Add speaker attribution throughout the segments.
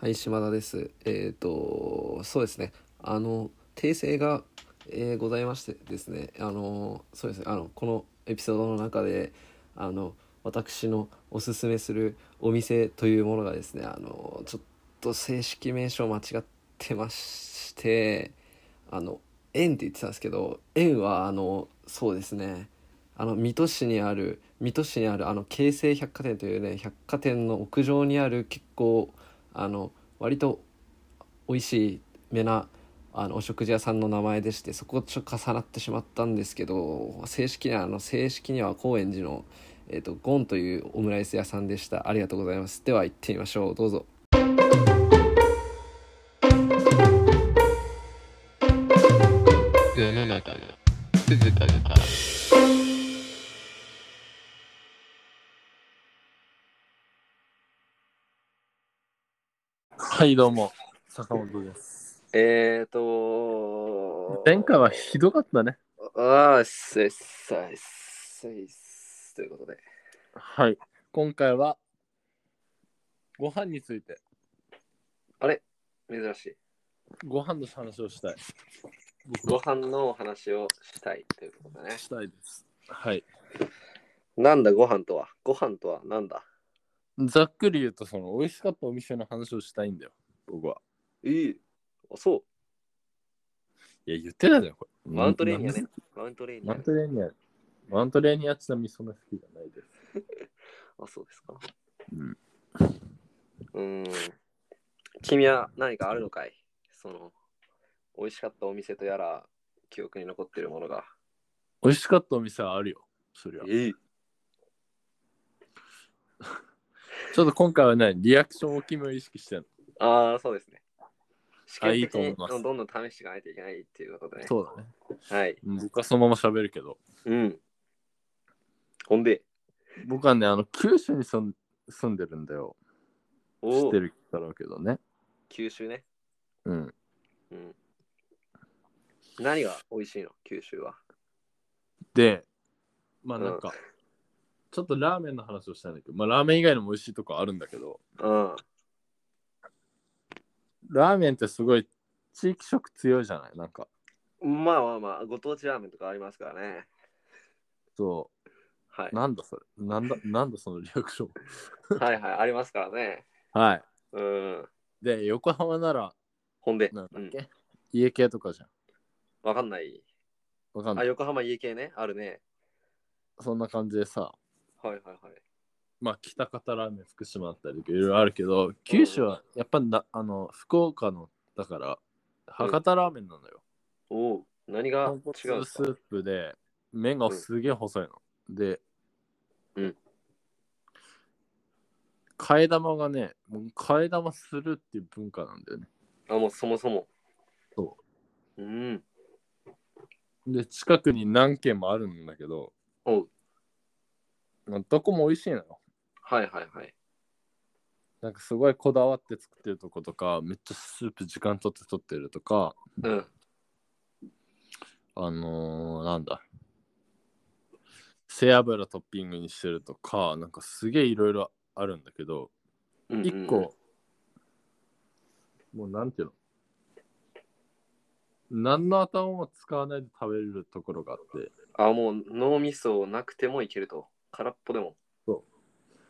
Speaker 1: はい、島田です。えっ、と、そうですね。あの、訂正が、えーございましてですね。あの、そうですね。あの、このエピソードの中で、あの、私のおすすめするお店というものがですね、あの、ちょっと正式名称間違ってまして、あの、円って言ってたんですけど、円は、あの、そうですね。あの水戸市にある水戸市にあるあの京成百貨店というね百貨店の屋上にある結構あの割と美味しめなあのお食事屋さんの名前でしてそことちょっと重なってしまったんですけど正式にはあの正式には高円寺の、えっとゴンというオムライス屋さんでしたありがとうございますでは行ってみましょうどうぞ
Speaker 2: 世の中の鈴鹿が
Speaker 3: はい、どうも、坂本です。
Speaker 1: えっ、と
Speaker 3: 前回はひどかったね。
Speaker 1: ああせっさいせいということで
Speaker 3: はい。今回は、ご飯について、
Speaker 1: あれ珍しい
Speaker 3: ご飯の話をしたい。
Speaker 1: ご飯のお話をしたいということだね
Speaker 3: したいです。はい。
Speaker 1: なんだご飯とはご飯とはなんだ
Speaker 3: ざっくり言うと、その、美味しかったお店の話をしたいんだよ、僕は。
Speaker 1: いいあそう
Speaker 3: いや、言ってたじゃん、これ。
Speaker 1: マウントレーニアね。マウントレーニ
Speaker 3: マ
Speaker 1: ア
Speaker 3: ウントレーニア。マウントレーニアちなみにそんな好きじゃないです。
Speaker 1: あそうですか
Speaker 3: うん
Speaker 1: うーん君は何かあるのかいその美味しかったお店とやら記憶に残っているものが
Speaker 3: 美味しかったお店はあるよ、そりゃ。
Speaker 1: えい
Speaker 3: ちょっと今回はね、リアクション大きめを意識してる
Speaker 1: ああそうですね試
Speaker 3: あ
Speaker 1: 験
Speaker 3: いい
Speaker 1: 的
Speaker 3: と思
Speaker 1: に
Speaker 3: います
Speaker 1: どんどん試していかないといけないっていうことで、ね、
Speaker 3: そうだね。
Speaker 1: はい
Speaker 3: 僕はそのまま喋るけど。
Speaker 1: うんほんで
Speaker 3: 僕はね、あの、九州に住ん住んでるんだよ。知
Speaker 1: お
Speaker 3: っ
Speaker 1: お
Speaker 3: てるだろうけどね。
Speaker 1: 九州ね
Speaker 3: うん。
Speaker 1: うん何が美味しいの九州は
Speaker 3: で、まあ
Speaker 1: うん
Speaker 3: なんか、ちょっとラーメンの話をしたいんだけど、まあラーメン以外にも美味しいとこあるんだけど、
Speaker 1: うん
Speaker 3: ラーメンってすごい地域色強いじゃないなんか、
Speaker 1: まあまあまあ、ご当地ラーメンとかありますからね。
Speaker 3: そ、。
Speaker 1: はいう
Speaker 3: なんだそれなんだ、なんだそのリアクション。
Speaker 1: はいはい、ありますからね。
Speaker 3: はい。
Speaker 1: うん。
Speaker 3: で、横浜なら、
Speaker 1: ほんで、
Speaker 3: なんだっ
Speaker 1: う
Speaker 3: け、家系とかじゃん。
Speaker 1: んわかんない。
Speaker 3: わかん
Speaker 1: あ、
Speaker 3: ない。
Speaker 1: 横浜家系ね。あるね。
Speaker 3: そんな感じでさ、
Speaker 1: はいはいはい。
Speaker 3: まあ北方ラーメン、福島だったりいろいろあるけど、九州はやっぱな、あの、福岡の、だから、博多ラーメンなのよ。
Speaker 1: おお、何が違
Speaker 3: 豚
Speaker 1: うん
Speaker 3: 骨
Speaker 1: です
Speaker 3: ス
Speaker 1: か
Speaker 3: ープで麺がすげえ細いの、で、
Speaker 1: うん
Speaker 3: 替え玉がねもう替え玉するっていう文化なんだよね
Speaker 1: あ、もうそもそも。。
Speaker 3: そう
Speaker 1: うん。
Speaker 3: で近くに何軒もあるんだけど
Speaker 1: おう。
Speaker 3: まあどこも美味しいのよ
Speaker 1: はいはいはい。
Speaker 3: なんかすごいこだわって作ってるとことかめっちゃスープ時間取って取ってるとか
Speaker 1: うん。
Speaker 3: あのー、なんだ背脂トッピングにしてるとかなんかすげえいろいろあるんだけど、
Speaker 1: うんうん
Speaker 3: 一個、もうなんていうの何の頭も使わないで食べれるところがあって、
Speaker 1: あ、もう脳みそなくてもいけると。空っぽでも。。
Speaker 3: そ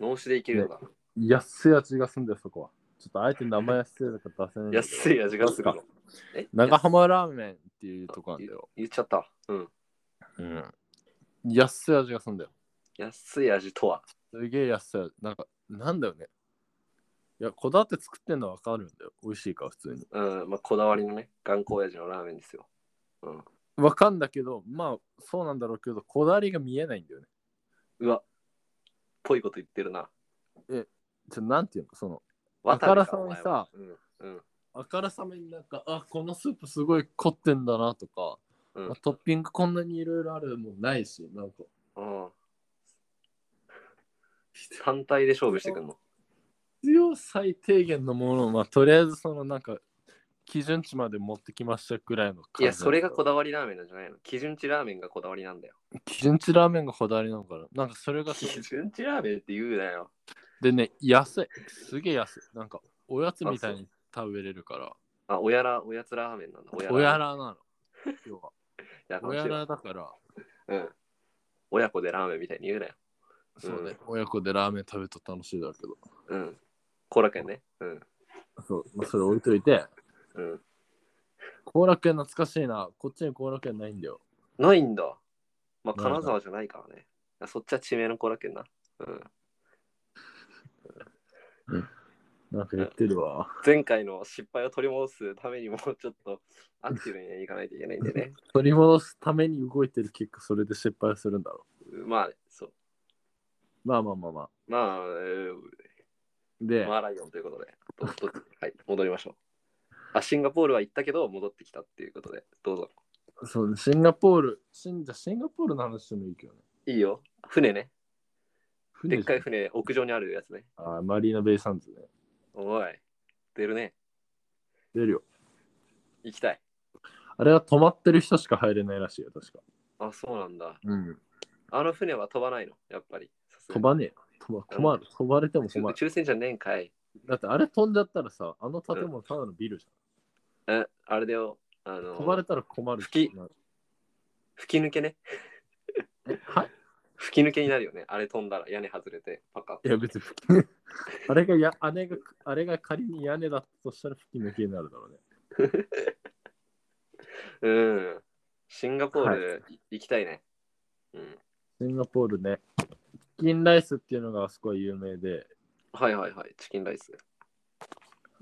Speaker 3: う
Speaker 1: 脳死でいけるんだ。
Speaker 3: 安い味がすんだよ、そこは。ちょっとあえて名前安いのか出せないんだけど。
Speaker 1: 安い味がする
Speaker 3: なん
Speaker 1: の
Speaker 3: か。
Speaker 1: え
Speaker 3: 長浜ラーメンっていうとこなんだよ。
Speaker 1: 言っちゃった。うん。
Speaker 3: うん。安い味がすんだよ。
Speaker 1: 安い味とは。
Speaker 3: すげえ安い味。なんか、なんだよね。いや、こだわって作ってんのはわかるんだよ。美味しいから、普通に。
Speaker 1: うん。まあ、こだわりのね、頑固親父のラーメンですよ。
Speaker 3: わかんだけど、まあ、そうなんだろうけど、こだわりが見えないんだよね。
Speaker 1: うわ、ぽいこと言ってるな。
Speaker 3: ちょ、なんていうの、その、
Speaker 1: わた
Speaker 3: あからさまにさ、
Speaker 1: お前はうん、
Speaker 3: あからさまになんかあこのスープすごい凝ってんだなとか、
Speaker 1: うん
Speaker 3: あトッピングこんなにいろいろあるもんないしなんか
Speaker 1: うん、うん。単体で勝負してくんの。
Speaker 3: 必要最低限のものをまあとりあえずそのなんか基準値まで持ってきましたぐらいの感
Speaker 1: い
Speaker 3: じ
Speaker 1: や、それがこ
Speaker 3: だ
Speaker 1: だわりラーメンなんじゃないの基準値ラーメンがこだわりなんだよ。
Speaker 3: 基準値ラーメンがこだわりなのかななんかそれがすごい
Speaker 1: 基準値ラーメンって言うなよ。
Speaker 3: でね安いすげえ安いなんかおやつみたいに食べれるから。
Speaker 1: あ、おやら、おやつラーメンなんだ。
Speaker 3: おやらなの。要は。
Speaker 1: や
Speaker 3: おやらだから、
Speaker 1: うん。親子でラーメンみたいに言うなよ。
Speaker 3: そうね、親子でラーメン食べると楽しいだけど。
Speaker 1: うん。後楽園ね。うん。
Speaker 3: そう、まあ、それ置いといて、
Speaker 1: うん。
Speaker 3: 後楽園懐かしいな。こっちに後楽園ないんだよ。
Speaker 1: ないんだ。まあ、
Speaker 3: ないな
Speaker 1: 金沢じゃないからね。あそっちは地名の後楽園な。うん。
Speaker 3: なんか言ってるわ。
Speaker 1: 前回の失敗を取り戻すためにも、 ちょっとアクティブにいかないといけないんでね。
Speaker 3: 取り戻すために動いてる結果、それで失敗するんだろ
Speaker 1: まあ、そう。
Speaker 3: う。まあまあまあまあ。
Speaker 1: まあ、え
Speaker 3: で、
Speaker 1: ー、マーライオンということで、どどはい、戻りましょう。あ、シンガポールは行ったけど、戻ってきたっていうことで、どうぞ。
Speaker 3: そうねシンガポール、シンじゃあシンガポールの話でもいいけどね。
Speaker 1: いいよ。船ね。で
Speaker 3: 船
Speaker 1: っかい船、屋上にあるやつね。
Speaker 3: あーマリーナ・ベイ・サンズね。
Speaker 1: おい、出るね。
Speaker 3: 出るよ。
Speaker 1: 行きたい。
Speaker 3: あれは止まってる人しか入れないらしいよ、確か。
Speaker 1: あ、そうなんだ。
Speaker 3: うん。
Speaker 1: あの船は飛ばないの、やっぱり。さすが
Speaker 3: 飛
Speaker 1: に
Speaker 3: ばねえよ。飛ば困る。飛ばれても困
Speaker 1: 宇
Speaker 3: る。
Speaker 1: 宙船じゃねえんかい。
Speaker 3: だってあれ飛んじゃったらさ、あの建物ただのビルじ
Speaker 1: え、あれだよ。あ
Speaker 3: ゃん。
Speaker 1: の、
Speaker 3: 飛ばれたら困る。
Speaker 1: 吹き吹き抜けね。
Speaker 3: えはい
Speaker 1: 吹き抜けになるよね。あれ飛んだら屋根外れて、パカッ
Speaker 3: いや別に吹き あれがやあれがあれが仮に屋根だったとしたら吹き抜けになるだろうね。
Speaker 1: うん。シンガポール、い行きたいね。うん。
Speaker 3: シンガポールね、チキンライスっていうのがあそこは有名で、
Speaker 1: はいはいはい。チキンライス。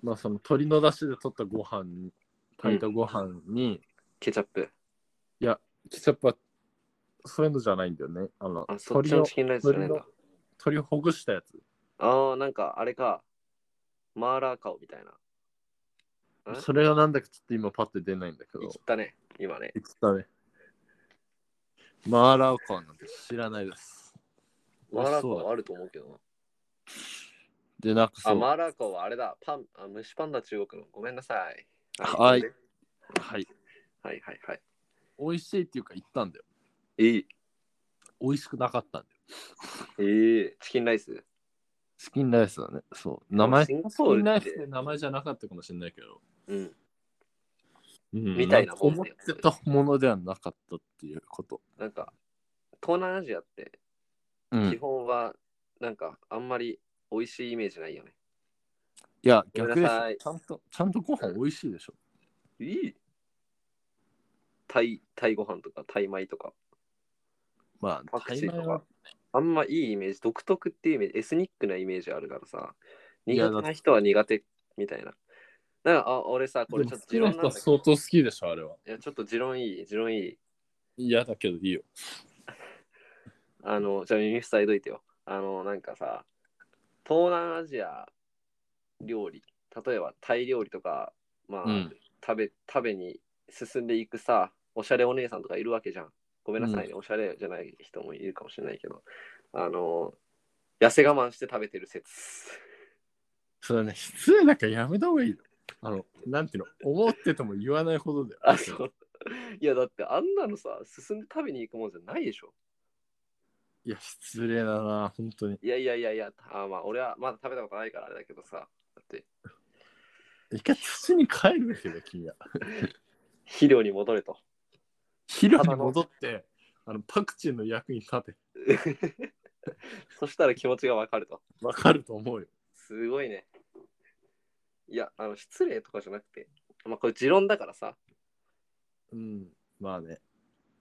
Speaker 3: まあその鶏の出汁で取ったご飯に、炊いたご飯に、
Speaker 1: ケチャップ。
Speaker 3: ケチャップはそういうのじゃないんだよね。あの、
Speaker 1: あ、そっち
Speaker 3: 鶏
Speaker 1: の
Speaker 3: を
Speaker 1: チキンライスじゃねえんだ。
Speaker 3: 鶏をほぐしたやつ。
Speaker 1: ああ、なんかあれか。マーラー顔みたいな。ん
Speaker 3: それがなんだかちょっと今パッて出ないんだけど
Speaker 1: 行っ、たね。今ね。
Speaker 3: 言ってたね。マーラーコンなんて知らないです。
Speaker 1: マーラー
Speaker 3: そうだ
Speaker 1: 顔あると思うけどな。
Speaker 3: で、なんかそ
Speaker 1: あ、
Speaker 3: う、
Speaker 1: マーラー顔はあれだ。パン、あ蒸しパンダ中国の。ごめんなさい。
Speaker 3: はいはい。
Speaker 1: はいはいはい。
Speaker 3: 美味しいっていうか言ったんだよ。
Speaker 1: いい。
Speaker 3: 美味しくなかったんだよ。
Speaker 1: ええチキンライス。
Speaker 3: チキンライスだね。そう。名前、
Speaker 1: シ
Speaker 3: チ
Speaker 1: ンガポールっ
Speaker 3: キン
Speaker 1: て
Speaker 3: ライスって名前じゃなかったかもしれないけど、
Speaker 1: うん。
Speaker 3: うん
Speaker 1: みたいなもん
Speaker 3: 思っ
Speaker 1: だよ
Speaker 3: てたものではなかったっていうこと。
Speaker 1: なんか、東南アジアって
Speaker 3: う
Speaker 1: 基
Speaker 3: ん。
Speaker 1: 本は、なんか、あんまり美味しいイメージないよね。
Speaker 3: いや、
Speaker 1: ごめ
Speaker 3: 逆
Speaker 1: ん
Speaker 3: で
Speaker 1: な
Speaker 3: すよ
Speaker 1: さい
Speaker 3: ちゃんと、ちゃんとご飯美味しいでしょ。
Speaker 1: いいタイ、タイご飯とか、タイ米とか、
Speaker 3: まあ
Speaker 1: パ、クチー
Speaker 3: 大
Speaker 1: と
Speaker 3: 概
Speaker 1: か
Speaker 3: は。
Speaker 1: あんまいいイメージ、独特っていうイメージ、エスニックなイメージあるからさ、
Speaker 3: いや
Speaker 1: 苦手な人は苦手みたいな。なんか、あ、俺さ、こ
Speaker 3: で
Speaker 1: れち
Speaker 3: も
Speaker 1: ょ
Speaker 3: 好
Speaker 1: っと持
Speaker 3: きな
Speaker 1: 論なん
Speaker 3: 人は
Speaker 1: だけど、
Speaker 3: 相当好きでしょ、あれは。
Speaker 1: いや、ちょっと持論いい、持論いい。
Speaker 3: 嫌だけどいいよ。
Speaker 1: あの、じゃあ耳塞いどいてよ。あの、なんかさ、東南アジア料理、例えばタイ料理とか、まあ、
Speaker 3: うん
Speaker 1: 食べ、食べに進んでいくさ、おしゃれお姉さんとかいるわけじゃん。ごめんなさいね、おしゃれじゃない人もいるかもしれないけど、あの、痩せ我慢して食べてる説。
Speaker 3: それね、失礼なんかやめた方がいいよ。あの、なんていうの、思ってても言わないほどだよ。
Speaker 1: あ、そう。いや、だってあんなのさ、進んで食べに行くもんじゃないでしょ。
Speaker 3: いや、失礼だな、本当に。
Speaker 1: いやいやいやいや、あまあ、俺はまだ食べたことないからあれだけどさ、だって、
Speaker 3: 一回土に帰るべきだよ、君は。
Speaker 1: 肥料に戻れと。
Speaker 3: 肥料に戻って、あの、パクチーの役に立て。
Speaker 1: そしたら気持ちがわかると。
Speaker 3: わかると思うよ。
Speaker 1: すごいね。いや、あの、失礼とかじゃなくて、まあ、これ持論だからさ。
Speaker 3: うん。まあね。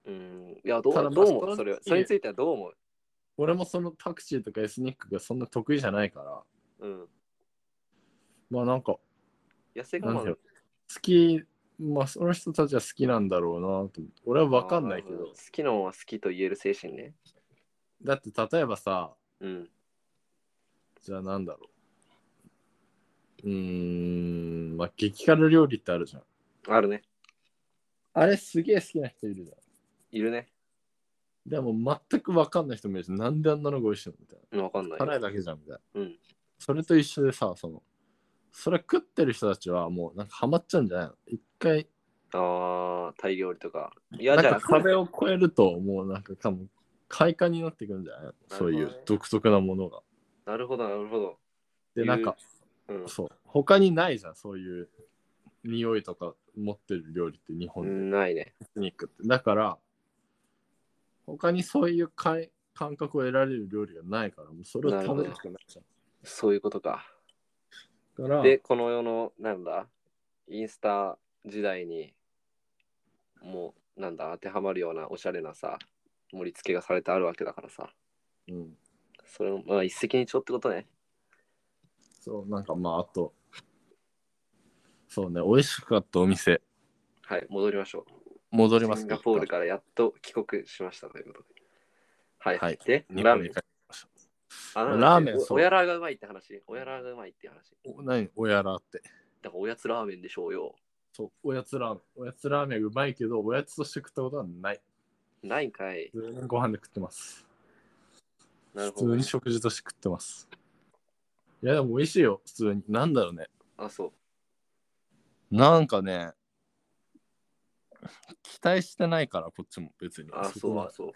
Speaker 1: うん。いや、どう
Speaker 3: ただまあ
Speaker 1: どう思
Speaker 3: そうの
Speaker 1: それは
Speaker 3: 時
Speaker 1: それについてはどう思う
Speaker 3: 俺もそのパクチーとかエスニックがそんな得意じゃないから、
Speaker 1: うん。
Speaker 3: まあなんか、
Speaker 1: 痩せ
Speaker 3: なん
Speaker 1: 我
Speaker 3: てい
Speaker 1: 慢
Speaker 3: うの好き、まあその人たちは好きなんだろうなと思って。俺はわかんないけ
Speaker 1: あー
Speaker 3: ど
Speaker 1: 好、きなもんは好きと言える精神ね。
Speaker 3: だって例えばさ、
Speaker 1: うん。
Speaker 3: じゃあなんだろう。うーん、まあ激辛料理ってあるじゃん。
Speaker 1: あるね。
Speaker 3: あれすげえ好きな人いるじゃん。
Speaker 1: いるね。
Speaker 3: でも全くわかんない人もいるし、なんであんなのが美味しいのみたい
Speaker 1: うんわかんな
Speaker 3: な。
Speaker 1: い。
Speaker 3: 辛いだけじゃんみたいな。
Speaker 1: うん。
Speaker 3: それと一緒でさ、その、それ食ってる人たちはもうなんかハマっちゃうんじゃないの一回
Speaker 1: ああ、タイ料理とか。いや、じゃ
Speaker 3: な
Speaker 1: あ
Speaker 3: んか、壁を越えると、もうなんかかも、快感になってくるんじゃないそうい
Speaker 1: なるほど
Speaker 3: う
Speaker 1: ね
Speaker 3: 独特なものが。
Speaker 1: なるほど、なるほど。
Speaker 3: で、なんか、
Speaker 1: うん。
Speaker 3: そう、他にないじゃん、そういう匂いとか持ってる料理って日
Speaker 1: う
Speaker 3: 本で、
Speaker 1: んないね。
Speaker 3: 肉って。だから、他にそういうかい感覚を得られる料理がないから、もうそれを食べるしかないじゃん。
Speaker 1: そういうことか。
Speaker 3: だから、
Speaker 1: で、この世の、なんだ、インスタ時代に、もう、なんだ、当てはまるようなおしゃれなさ、盛り付けがされてあるわけだからさ、
Speaker 3: うん、
Speaker 1: それの、まあ、一石二鳥ってことね。
Speaker 3: そう、なんかまあ、あと、そうね、美味しかったお店、
Speaker 1: はい、戻りましょ
Speaker 3: 戻
Speaker 1: う。
Speaker 3: りま
Speaker 1: シ
Speaker 3: す
Speaker 1: ン
Speaker 3: か
Speaker 1: ガポールからやっと帰国しましたということで。はい、
Speaker 3: はい
Speaker 1: で、
Speaker 3: 日
Speaker 1: ラー
Speaker 3: 本
Speaker 1: メン
Speaker 3: に帰。りまし
Speaker 1: あなんだ
Speaker 3: ラーメン
Speaker 1: お
Speaker 3: そう
Speaker 1: 親らがうまいって話。親らがうまいって話。
Speaker 3: た。お何おやらって。
Speaker 1: だからおやつラーメンでしょうよ。
Speaker 3: そう、おやつラーメン。おやつラーメンうまいけど、おやつとして食ったことはない。
Speaker 1: ないんかい。
Speaker 3: 普通にご飯で食ってます。
Speaker 1: なる
Speaker 3: 普
Speaker 1: ほ
Speaker 3: 通
Speaker 1: ど
Speaker 3: に。食事として食ってます。いや、でも美味しいよ、普通に。なんだろうね。
Speaker 1: あ、そう。
Speaker 3: なんかね、期待してないから、こっちも別に。
Speaker 1: あ、
Speaker 3: こ
Speaker 1: そう、
Speaker 3: ま
Speaker 1: あ、そ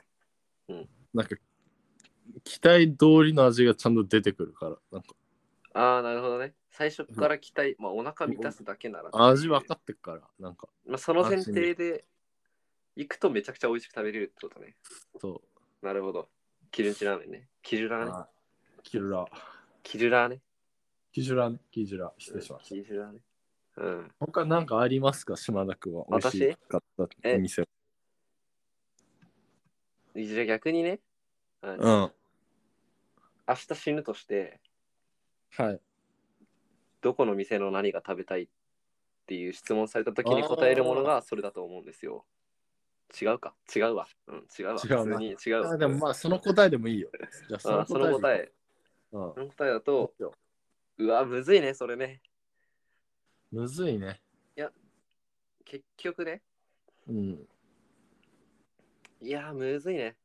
Speaker 1: う。
Speaker 3: なんか、期待通りの味がちゃんと出てくるから、なんか、
Speaker 1: ああ、なるほどね。最初から期待、まあ、お腹満たすだけなら。
Speaker 3: 味分かってるから、なんか、
Speaker 1: まあ、その前提で行くとめちゃくちゃ美味しく食べれるってことね。
Speaker 3: そ
Speaker 1: なるほど。キルンチラーメンね。キル
Speaker 3: う。
Speaker 1: ラーね。
Speaker 3: はいキルラ。
Speaker 1: キルラーね。
Speaker 3: キジュラね、キジュラ。失礼しました
Speaker 1: キ。ルラーね。うん。
Speaker 3: 他なんかありますか島田君は。美味
Speaker 1: 私
Speaker 3: しかったお店は。
Speaker 1: じゃあ逆にね、あの
Speaker 3: うん。は
Speaker 1: 明日死ぬとして、
Speaker 3: い。
Speaker 1: どこの店の何が食べたいっていう質問された時に答えるものがそれだと思うんですよ。違うか違うわ。うん、違うわ。
Speaker 3: 違うな
Speaker 1: 普通に違うわ。
Speaker 3: あでもまあ、その答えでもいいよ。じゃあ、
Speaker 1: あーその答
Speaker 3: え
Speaker 1: え、
Speaker 3: で。うん
Speaker 1: その答えだと、うわ、むずいね、それね。
Speaker 3: むずいね。
Speaker 1: 結局ね、
Speaker 3: うん。
Speaker 1: いやー、むずいね。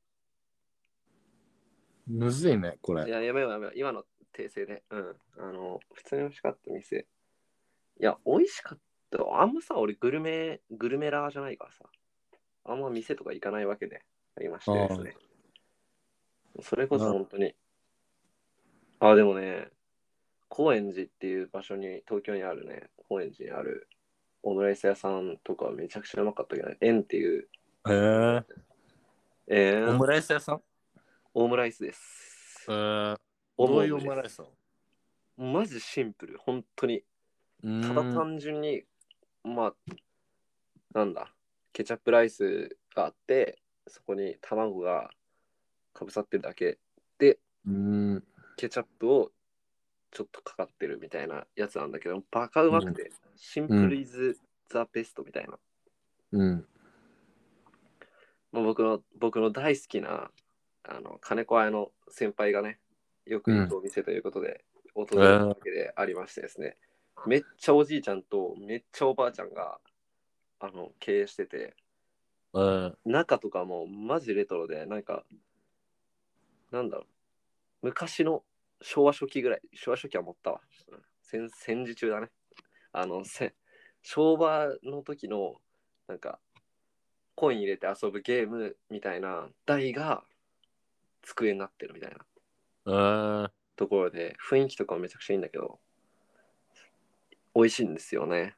Speaker 3: むずいね、こ
Speaker 1: い
Speaker 3: れ。
Speaker 1: や、やめようやめよう。今の訂正で。うん。あの、普通に美味しかった店。いや、美味しかった。あんまさ、俺、グルメ、グルメラーじゃないからさ。あんま店とか行かないわけで、ありましてですね。それこそ本当に。あ、でもね、高円寺っていう場所に、東京にあるね、高円寺にあるオムライス屋さんとかめちゃくちゃうまかったけど、ね、円っていう、
Speaker 3: へえ。
Speaker 1: え
Speaker 3: オ
Speaker 1: ー
Speaker 3: ム、ライス屋さん
Speaker 1: オムライスです。
Speaker 3: えー。
Speaker 1: オム
Speaker 3: ど
Speaker 1: オムです
Speaker 3: ういうオムライスなの
Speaker 1: マジシンプル、本当に。
Speaker 3: うーん
Speaker 1: ただ単純に、まあ、なんだ、ケチャップライスがあって、そこに卵がかぶさってるだけ、
Speaker 3: うーん。
Speaker 1: ケチャップをちょっとかかってるみたいなやつなんだけど、バカうまくて、シンプルイズザベストみたいな。
Speaker 3: うん。
Speaker 1: まあ、僕の僕の大好きなあの金子綾の先輩がね、よく行くお店ということで、訪れたわけでありましてですね、めっちゃおじいちゃんとめっちゃおばあちゃんがあの経営してて、
Speaker 3: えー。
Speaker 1: 中とかもマジレトロで、なんか、なんだろう、昔の昭和初期ぐらい、昭和初期は持ったわ。うん戦戦時中だね。あの、せ昭和の時の、なんか、コイン入れて遊ぶゲームみたいな台が机になってるみたいな
Speaker 3: えー。
Speaker 1: ところで、雰囲気とかもめちゃくちゃいいんだけど、美味しいんですよね。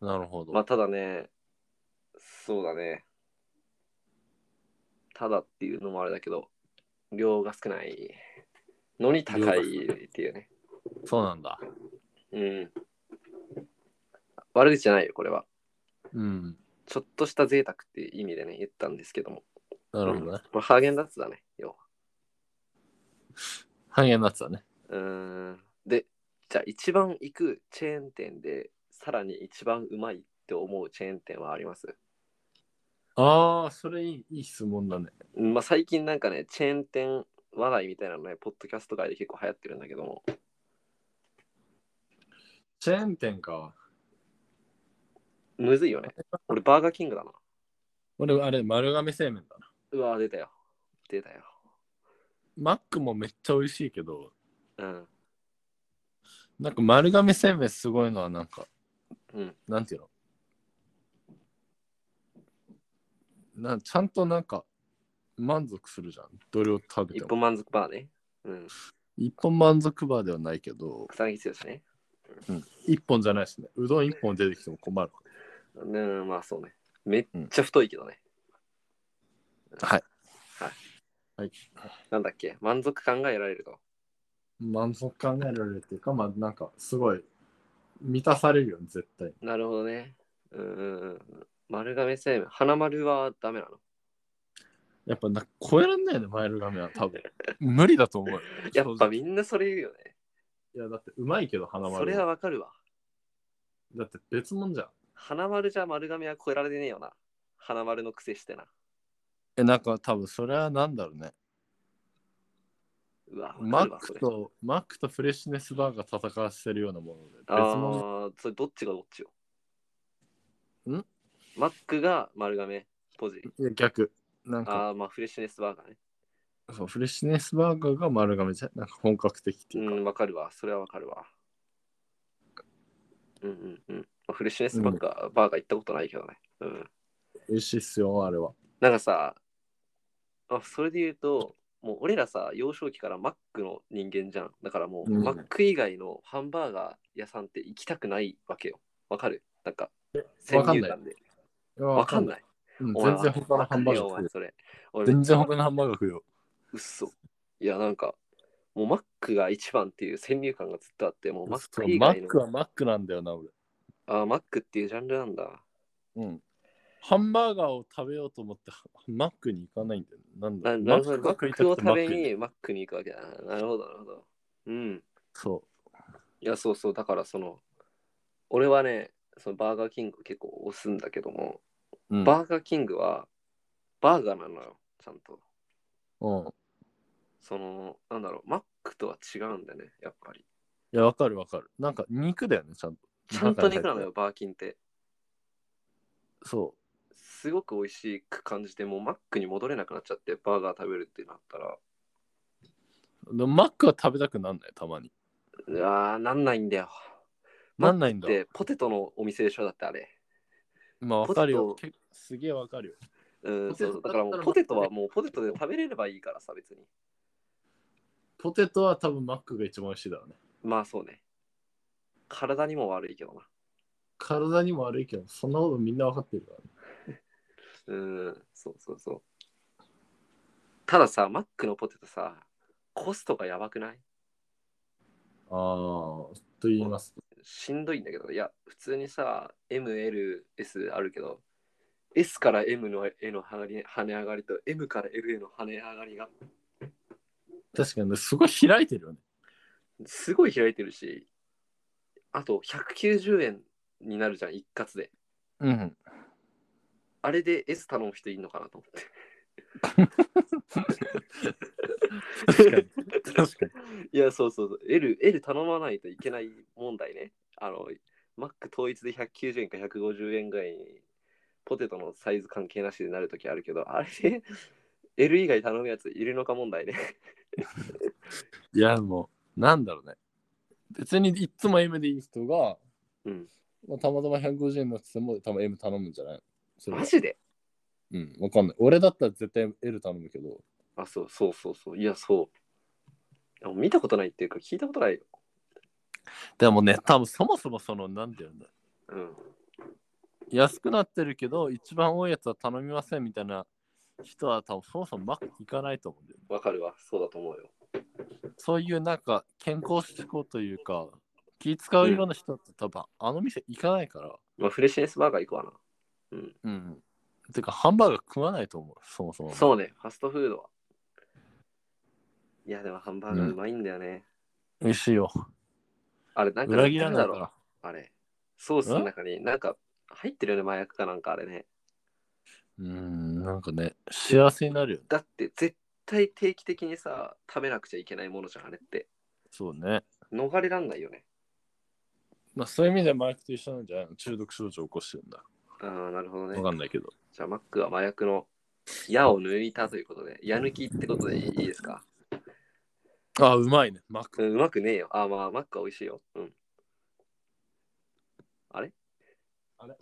Speaker 3: なるほど。
Speaker 1: まあただね、そうだね。ただっていうのもあれだけど、量が少ないのに高いっていうね。
Speaker 3: そうなんだ。
Speaker 1: うん。悪口じゃないよ、これは。
Speaker 3: うん。
Speaker 1: ちょっとした贅沢っていう意味でね、言ったんですけども。
Speaker 3: なるほどね。
Speaker 1: これハーゲンダッツだね、要
Speaker 3: ハンゲンダッツだね。
Speaker 1: は。うーん。で、じゃあ一番行くチェーン店で、さらに一番うまいって思うチェーン店はあります
Speaker 3: ああ、それいいいい質問だね。
Speaker 1: まあ、最近なんかね、チェーン店話題みたいなのね、ポッドキャスト界で結構流行ってるんだけども、
Speaker 3: チェーン店か。
Speaker 1: むずいよね。俺、バーガーキングだな。
Speaker 3: 俺、あれ、丸亀製麺だな。
Speaker 1: うわ、出たよ。出たよ。
Speaker 3: マックもめっちゃ美味しいけど、
Speaker 1: うん。
Speaker 3: なんか丸亀製麺すごいのはなんか、
Speaker 1: うん。
Speaker 3: なんていうのなんちゃんとなんか満足するじゃん。どれを食べ
Speaker 1: 一
Speaker 3: ても。
Speaker 1: 本満足バーね。うん。
Speaker 3: 一本満足バーではないけど、
Speaker 1: 草薙剛ね。
Speaker 3: 一本じゃないですね。うどん一本出てきても困る。
Speaker 1: ねまあそうね。めっちゃ太いけどね。
Speaker 3: はい。
Speaker 1: なんだっけ満足考えられると。
Speaker 3: 満足考えられるっていうか、まあなんかすごい満たされるよね、絶対。
Speaker 1: なるほどね。うんうんうん。丸亀製麺。花丸はダメなの
Speaker 3: やっぱな超えらんないよね、マイルガメは多分。無理だと思 うよ。
Speaker 1: やっぱ
Speaker 3: い
Speaker 1: みんなそれ言うよね。
Speaker 3: や、だってうまいけど、花丸。
Speaker 1: それはわかるわ。
Speaker 3: だって別物じゃん。
Speaker 1: 花丸じゃ丸亀は超えられねえよな。花丸の癖してな。
Speaker 3: え、なんか多分それはなんだろうね。
Speaker 1: うわ、わか
Speaker 3: マッ
Speaker 1: るわ、そ
Speaker 3: ク
Speaker 1: れ。
Speaker 3: と、マックとフレッシュネスバーガー戦わせてるようなもので。別物
Speaker 1: ああ、それどっちがどっちよ。
Speaker 3: ん
Speaker 1: マックが丸亀、ポジ。
Speaker 3: いや逆。なんか
Speaker 1: ああ、まあフレッシュネスバーガーね。
Speaker 3: そう、フレッシュネスバーガーが丸亀じゃん、なんか本格的っていううか。
Speaker 1: ん、わかるわ。それはわかるわ。うんうんうん。まあフレッシュネスバーガー、バーガー行ったことないけどね。うん。
Speaker 3: 美味しいっすよ、あれは。
Speaker 1: なんかさ、あそれで言うと、もう俺らさ、幼少期からマックの人間じゃん。だからもう、
Speaker 3: うん
Speaker 1: マック以外のハンバーガー屋さんって行きたくないわけよ。わかるなんか、
Speaker 3: わかんない
Speaker 1: 感で。
Speaker 3: いやわ。
Speaker 1: わかんないい。
Speaker 3: うん、
Speaker 1: お前
Speaker 3: 全然他のハンバ
Speaker 1: わかんな
Speaker 3: ーガー食う
Speaker 1: いよお前
Speaker 3: よ。
Speaker 1: それ。俺
Speaker 3: 全然他のハンバーガー食うよ。
Speaker 1: うっそ。いや、なんか、もうマックが一番っていう先入観がずっとあって、もうマッ
Speaker 3: そ
Speaker 1: ク
Speaker 3: う
Speaker 1: 以
Speaker 3: マ
Speaker 1: 外
Speaker 3: ックは
Speaker 1: の。
Speaker 3: マックなんだよな、俺。
Speaker 1: あ、マックっていうジャンルなんだ。
Speaker 3: うん。ハンバーガーを食べようと思って、マックに行かないんだよ。なん
Speaker 1: な
Speaker 3: だろう
Speaker 1: なるほど。マ
Speaker 3: が食
Speaker 1: ッ
Speaker 3: いたくて
Speaker 1: クを食べ
Speaker 3: マックに
Speaker 1: にマックに行くわけだな。なるほど、なるほど。うん。
Speaker 3: そ
Speaker 1: いや、そうそう。だから、その、俺はね、そのバーガーキング結構押すんだけども、
Speaker 3: う。うん、
Speaker 1: バーガーキングは、バーガーなのよ、ちゃんと。
Speaker 3: うん。
Speaker 1: その、なんだろう、マックとは違うんだよね、やっぱり。
Speaker 3: いや、わかるわかる。なんか肉だよね、ちゃんと。
Speaker 1: ちゃんと肉なの
Speaker 3: 中に入って
Speaker 1: よ、バーキンって。
Speaker 3: る。そ
Speaker 1: すごく美味しく感じて、もうマックに戻れなくなっちゃって、バーガー食べるってなったら、
Speaker 3: う。でもマックは食べたくなんない、たまに。
Speaker 1: うわーなんないんだよ。
Speaker 3: なんないんだ。
Speaker 1: で、ポテトのお店でしょ、だってあれ。
Speaker 3: まあ、わかるよ
Speaker 1: ポ。テ
Speaker 3: けすげえわかるよ。
Speaker 1: うん、
Speaker 3: ポテ
Speaker 1: そ
Speaker 3: ト
Speaker 1: うそうだからも
Speaker 3: だ
Speaker 1: う
Speaker 3: ったら
Speaker 1: ポテトはもうポテトで食べれればいいからさ、別に。
Speaker 3: ポテトは多分マックが一番美味しいだろうね。
Speaker 1: まあそうね。体にも悪いけどな。
Speaker 3: 体にも悪いけど、そんなことみんなわかってるからね。
Speaker 1: うん、そうそうそう。たださ、マックのポテトさ、コストがやばくない
Speaker 3: ああ、と言います。
Speaker 1: しんどいんだけど、いや、普通にさ、M、L、S あるけど、S から M のへの跳ね跳ね上がりと M から L への跳ね上がりが
Speaker 3: 確かにね、すごい開いてるよね。
Speaker 1: すごい開いてるし、あと190円になるじゃん、一括で。
Speaker 3: うん。
Speaker 1: あれで S 頼む人いんのかなと思って。
Speaker 3: 確かに。確かに。
Speaker 1: いや、そうそうそう。L、L 頼まないといけない問題ね。あの、マック統一で190円か150円ぐらいに、ポテトのサイズ関係なしでなるときあるけど、あれで L 以外頼むやついるのか問題ね。
Speaker 3: いや、もう、なんだろうね。別にいつも M でいい人が、
Speaker 1: うん
Speaker 3: まあ、たまたま150円のってても、多分 M 頼むんじゃないそれは
Speaker 1: マジで
Speaker 3: うん、わかんない。俺だったら絶対 L 頼むけど、
Speaker 1: あ、そうそうそうそう。いや、そう。でも見たことないっていうか、聞いたことないよ。
Speaker 3: でもね、多分そもそもその、なんていうんだ
Speaker 1: うん。
Speaker 3: 安くなってるけど、一番多いやつは頼みませんみたいな人は多分そもそもマック行かないと思うんだよね。
Speaker 1: わかるわ。そうだと思うよ。
Speaker 3: そういうなんか健康志向というか、気使うような人って多分あの店行かないから、
Speaker 1: まあ、フレッシュネスバーガー行くわな。うん。
Speaker 3: うん。てかハンバーガー食わないと思う、そもそも。
Speaker 1: そうね、ファストフードは。いや、でもハンバーガーうまいんだよね。
Speaker 3: 美味しいよ。
Speaker 1: あれ、なんか
Speaker 3: 裏切らない
Speaker 1: だ
Speaker 3: か
Speaker 1: ろう。
Speaker 3: ら。
Speaker 1: あれ。ソースの中になんか入ってるよね、麻薬かなんかあれね。
Speaker 3: うん、なんかね、幸せになるよね。
Speaker 1: だって絶対定期的にさ、食べなくちゃいけないものじゃん、あれって。
Speaker 3: そうね。
Speaker 1: 逃れらんないよね。
Speaker 3: まあそういう意味でマイクと一緒なんじゃないの中毒症状起こしてるんだ。
Speaker 1: ああ、なるほどね
Speaker 3: わ。かんないけど。
Speaker 1: じゃあ、マックは麻薬の矢を抜いたということで、矢抜きってことでいいですか
Speaker 3: あ、うまいね。マック。
Speaker 1: うん、うまくねえよ。あーまあ、マックは美味しいよ。うん。あれ
Speaker 3: あれ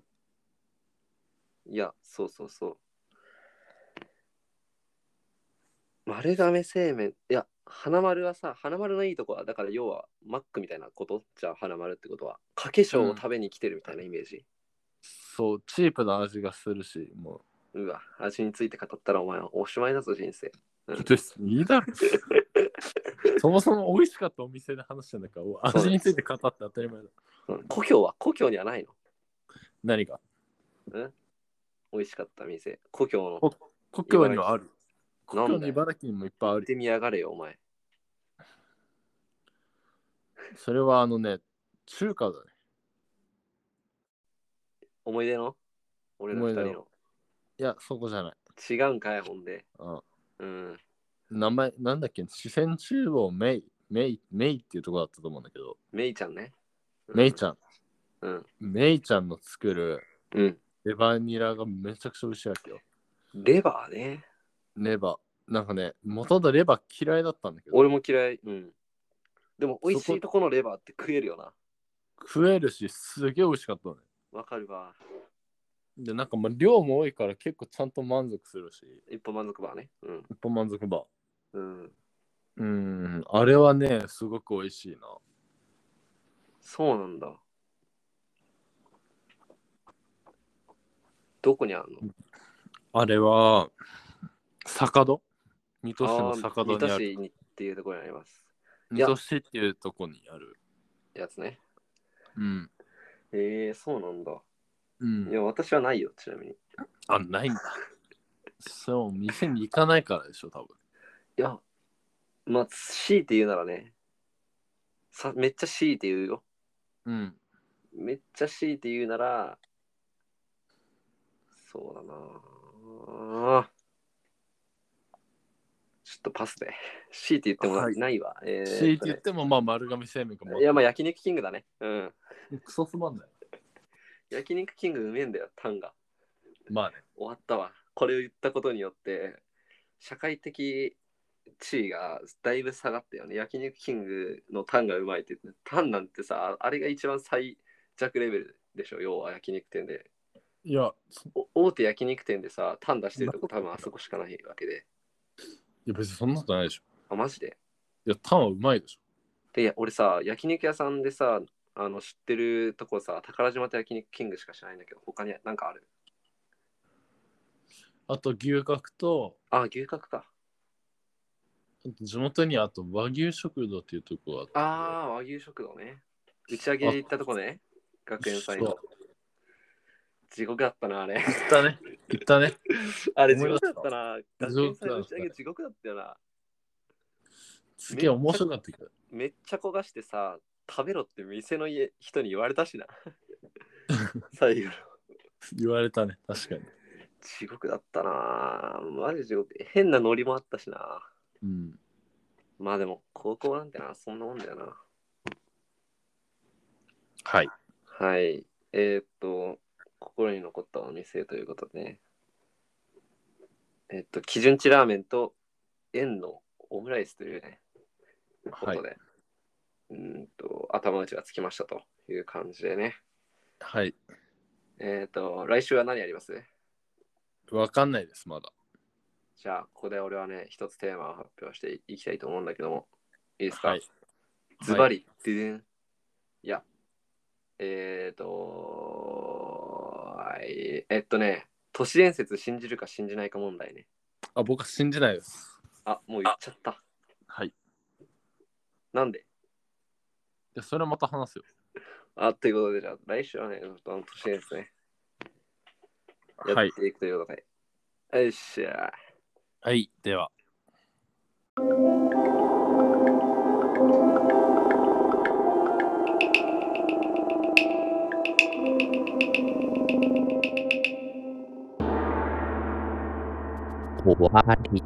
Speaker 1: いや、そうそうそう。丸亀製麺。いや、花丸はさ、花丸のいいとこは、だから要は、マックみたいなことじゃあ花丸ってことは、かけしょうを食べに来てるみたいなイメージ。
Speaker 3: そう、チープな味がするし、も
Speaker 1: うわ、味について語ったらお前おしまいだぞ、人生。
Speaker 3: う。ですいい だろ。そもそも美味しかったお店で話してんだから、お味について語って当たり前だ。
Speaker 1: うん故郷は故郷にはない
Speaker 3: 何が
Speaker 1: の。うん美味しかった店。故郷の。
Speaker 3: お故郷にはある。故
Speaker 1: なんだよ
Speaker 3: 郷に茨城にもいっぱいあ
Speaker 1: 行っ
Speaker 3: る。
Speaker 1: てみやがれよ、お前。
Speaker 3: それはあのね、中華だね。
Speaker 1: 思い出の俺の二
Speaker 3: 思い出
Speaker 1: 人
Speaker 3: いや、そこじゃない。
Speaker 1: の。違うんかい、ほんで。
Speaker 3: うん
Speaker 1: うん。
Speaker 3: 名前、なんだっけ、四川中央メイ、メイ、メイっていうとこだったと思うんだけど、
Speaker 1: メイちゃんね。
Speaker 3: メイちゃん。
Speaker 1: うん。
Speaker 3: メイちゃんの作る
Speaker 1: うん。
Speaker 3: レバニラがめちゃくちゃ美味しいわけよ。
Speaker 1: レバーね。
Speaker 3: レバ。なんかね、もともとレバ嫌いだったんだけど、
Speaker 1: 俺も嫌い。うん。でも、美味しいとこのレバーって食えるよな。
Speaker 3: 食えるし、すげえ美味しかったのね。
Speaker 1: わかるわ。
Speaker 3: で、なんかまあ量も多いから結構ちゃんと満足するし、
Speaker 1: 一歩満足バーね。うん。
Speaker 3: 一般満足バー。
Speaker 1: うん。
Speaker 3: うーん、あれはね、すごく美味しいな。
Speaker 1: そうなんだ。どこにあるの
Speaker 3: あれは、坂戸水戸市
Speaker 1: あ
Speaker 3: の
Speaker 1: あ
Speaker 3: 坂戸にあ
Speaker 1: ー
Speaker 3: る。
Speaker 1: 水戸市にっていうところにあります。
Speaker 3: 水戸市っていうとこにある。
Speaker 1: やつね。
Speaker 3: うん。
Speaker 1: えー、そうなんだ。
Speaker 3: う
Speaker 1: い
Speaker 3: ん。
Speaker 1: や、私はないよ、ちなみに。い
Speaker 3: あ、ないんだ。そう、店に行かないからでしょ、多分。
Speaker 1: や、まあ、強いて言うならね、さめっちゃ強いて言うよ。
Speaker 3: うん。
Speaker 1: めっちゃ強いて言うなら、そうだなぁちょっとパスで。強いて言ってもな,、、
Speaker 3: はいい
Speaker 1: わ。えー
Speaker 3: 強いて言っても、まあ、丸亀製麺かも。
Speaker 1: いや、まあ、焼肉キングだね。うん。
Speaker 3: クソつまんない。
Speaker 1: 焼肉キングうめえんだよ、タンが。
Speaker 3: まあね。
Speaker 1: 終わったわ。これを言ったことによって、社会的地位がだいぶ下がったよね。焼肉キングのタンがうまいって言って、タンなんてさ、あれが一番最弱レベルでしょ、要は焼肉店で。
Speaker 3: いや、そい
Speaker 1: お大手焼肉店でさ、タン出してるとこ多分あそこしかないわけで。
Speaker 3: や別にそんなことないでしょ。
Speaker 1: あ、マジで
Speaker 3: いや、タンはうまいでしょ。
Speaker 1: で、いや俺さ、焼肉屋さんでさ、あの知ってるとこさ、宝島と焼肉キングしか知らないんだけど、他になんかある
Speaker 3: あと、牛角と、
Speaker 1: あ、牛角か。
Speaker 3: あと地元にあと和牛食堂っていうとこがあって。
Speaker 1: ああ、和牛食堂ね。打ち上げで行ったとこね。学園祭
Speaker 3: そ
Speaker 1: の
Speaker 3: う。
Speaker 1: 地獄だったな、あ れ。
Speaker 3: 行ったね。行ったね。
Speaker 1: あれ、地
Speaker 3: 思い出
Speaker 1: 獄
Speaker 3: した
Speaker 1: だったな。学園祭の打ち上げ地獄だったよな。
Speaker 3: すげえ面白かったけど。
Speaker 1: めっちゃ焦がしてさ、食べろって店の家人に言われた しな。最後の。
Speaker 3: 言われたね。確かに。
Speaker 1: 地獄だったな。マジ地獄。変なノリもあったしな。
Speaker 3: うん。
Speaker 1: まあでも、高校なんてな、そんなもんだよな。
Speaker 3: はい。
Speaker 1: はい。えーっと、心に残ったお店ということで、えっと、基準値ラーメンと円のオムライスというね、こ
Speaker 3: はい
Speaker 1: とで、うーんと、頭打ちがつきましたという感じでね。
Speaker 3: はい。
Speaker 1: えーっと、来週は何やります
Speaker 3: わかんないです、まだ。
Speaker 1: じゃあ、ここで俺はね、一つテーマを発表していきたいと思うんだけども、いいですか、
Speaker 3: はい。
Speaker 1: ズバ
Speaker 3: リ。
Speaker 1: リ、デデン。いや、えっ、ー、とはいえっとね、都市伝説信じるか信じないか問題ね。
Speaker 3: あ、僕は信じないです。
Speaker 1: あ、もう言っちゃった。
Speaker 3: はい。い
Speaker 1: なんで
Speaker 3: や、それはまた話すよ。
Speaker 1: あ、ということで、じゃあ来週はね、ちょっとあの都市伝説ね、や
Speaker 3: はい
Speaker 1: っ。ていくということで。よっしゃ。
Speaker 3: はい。では。
Speaker 4: 怖い。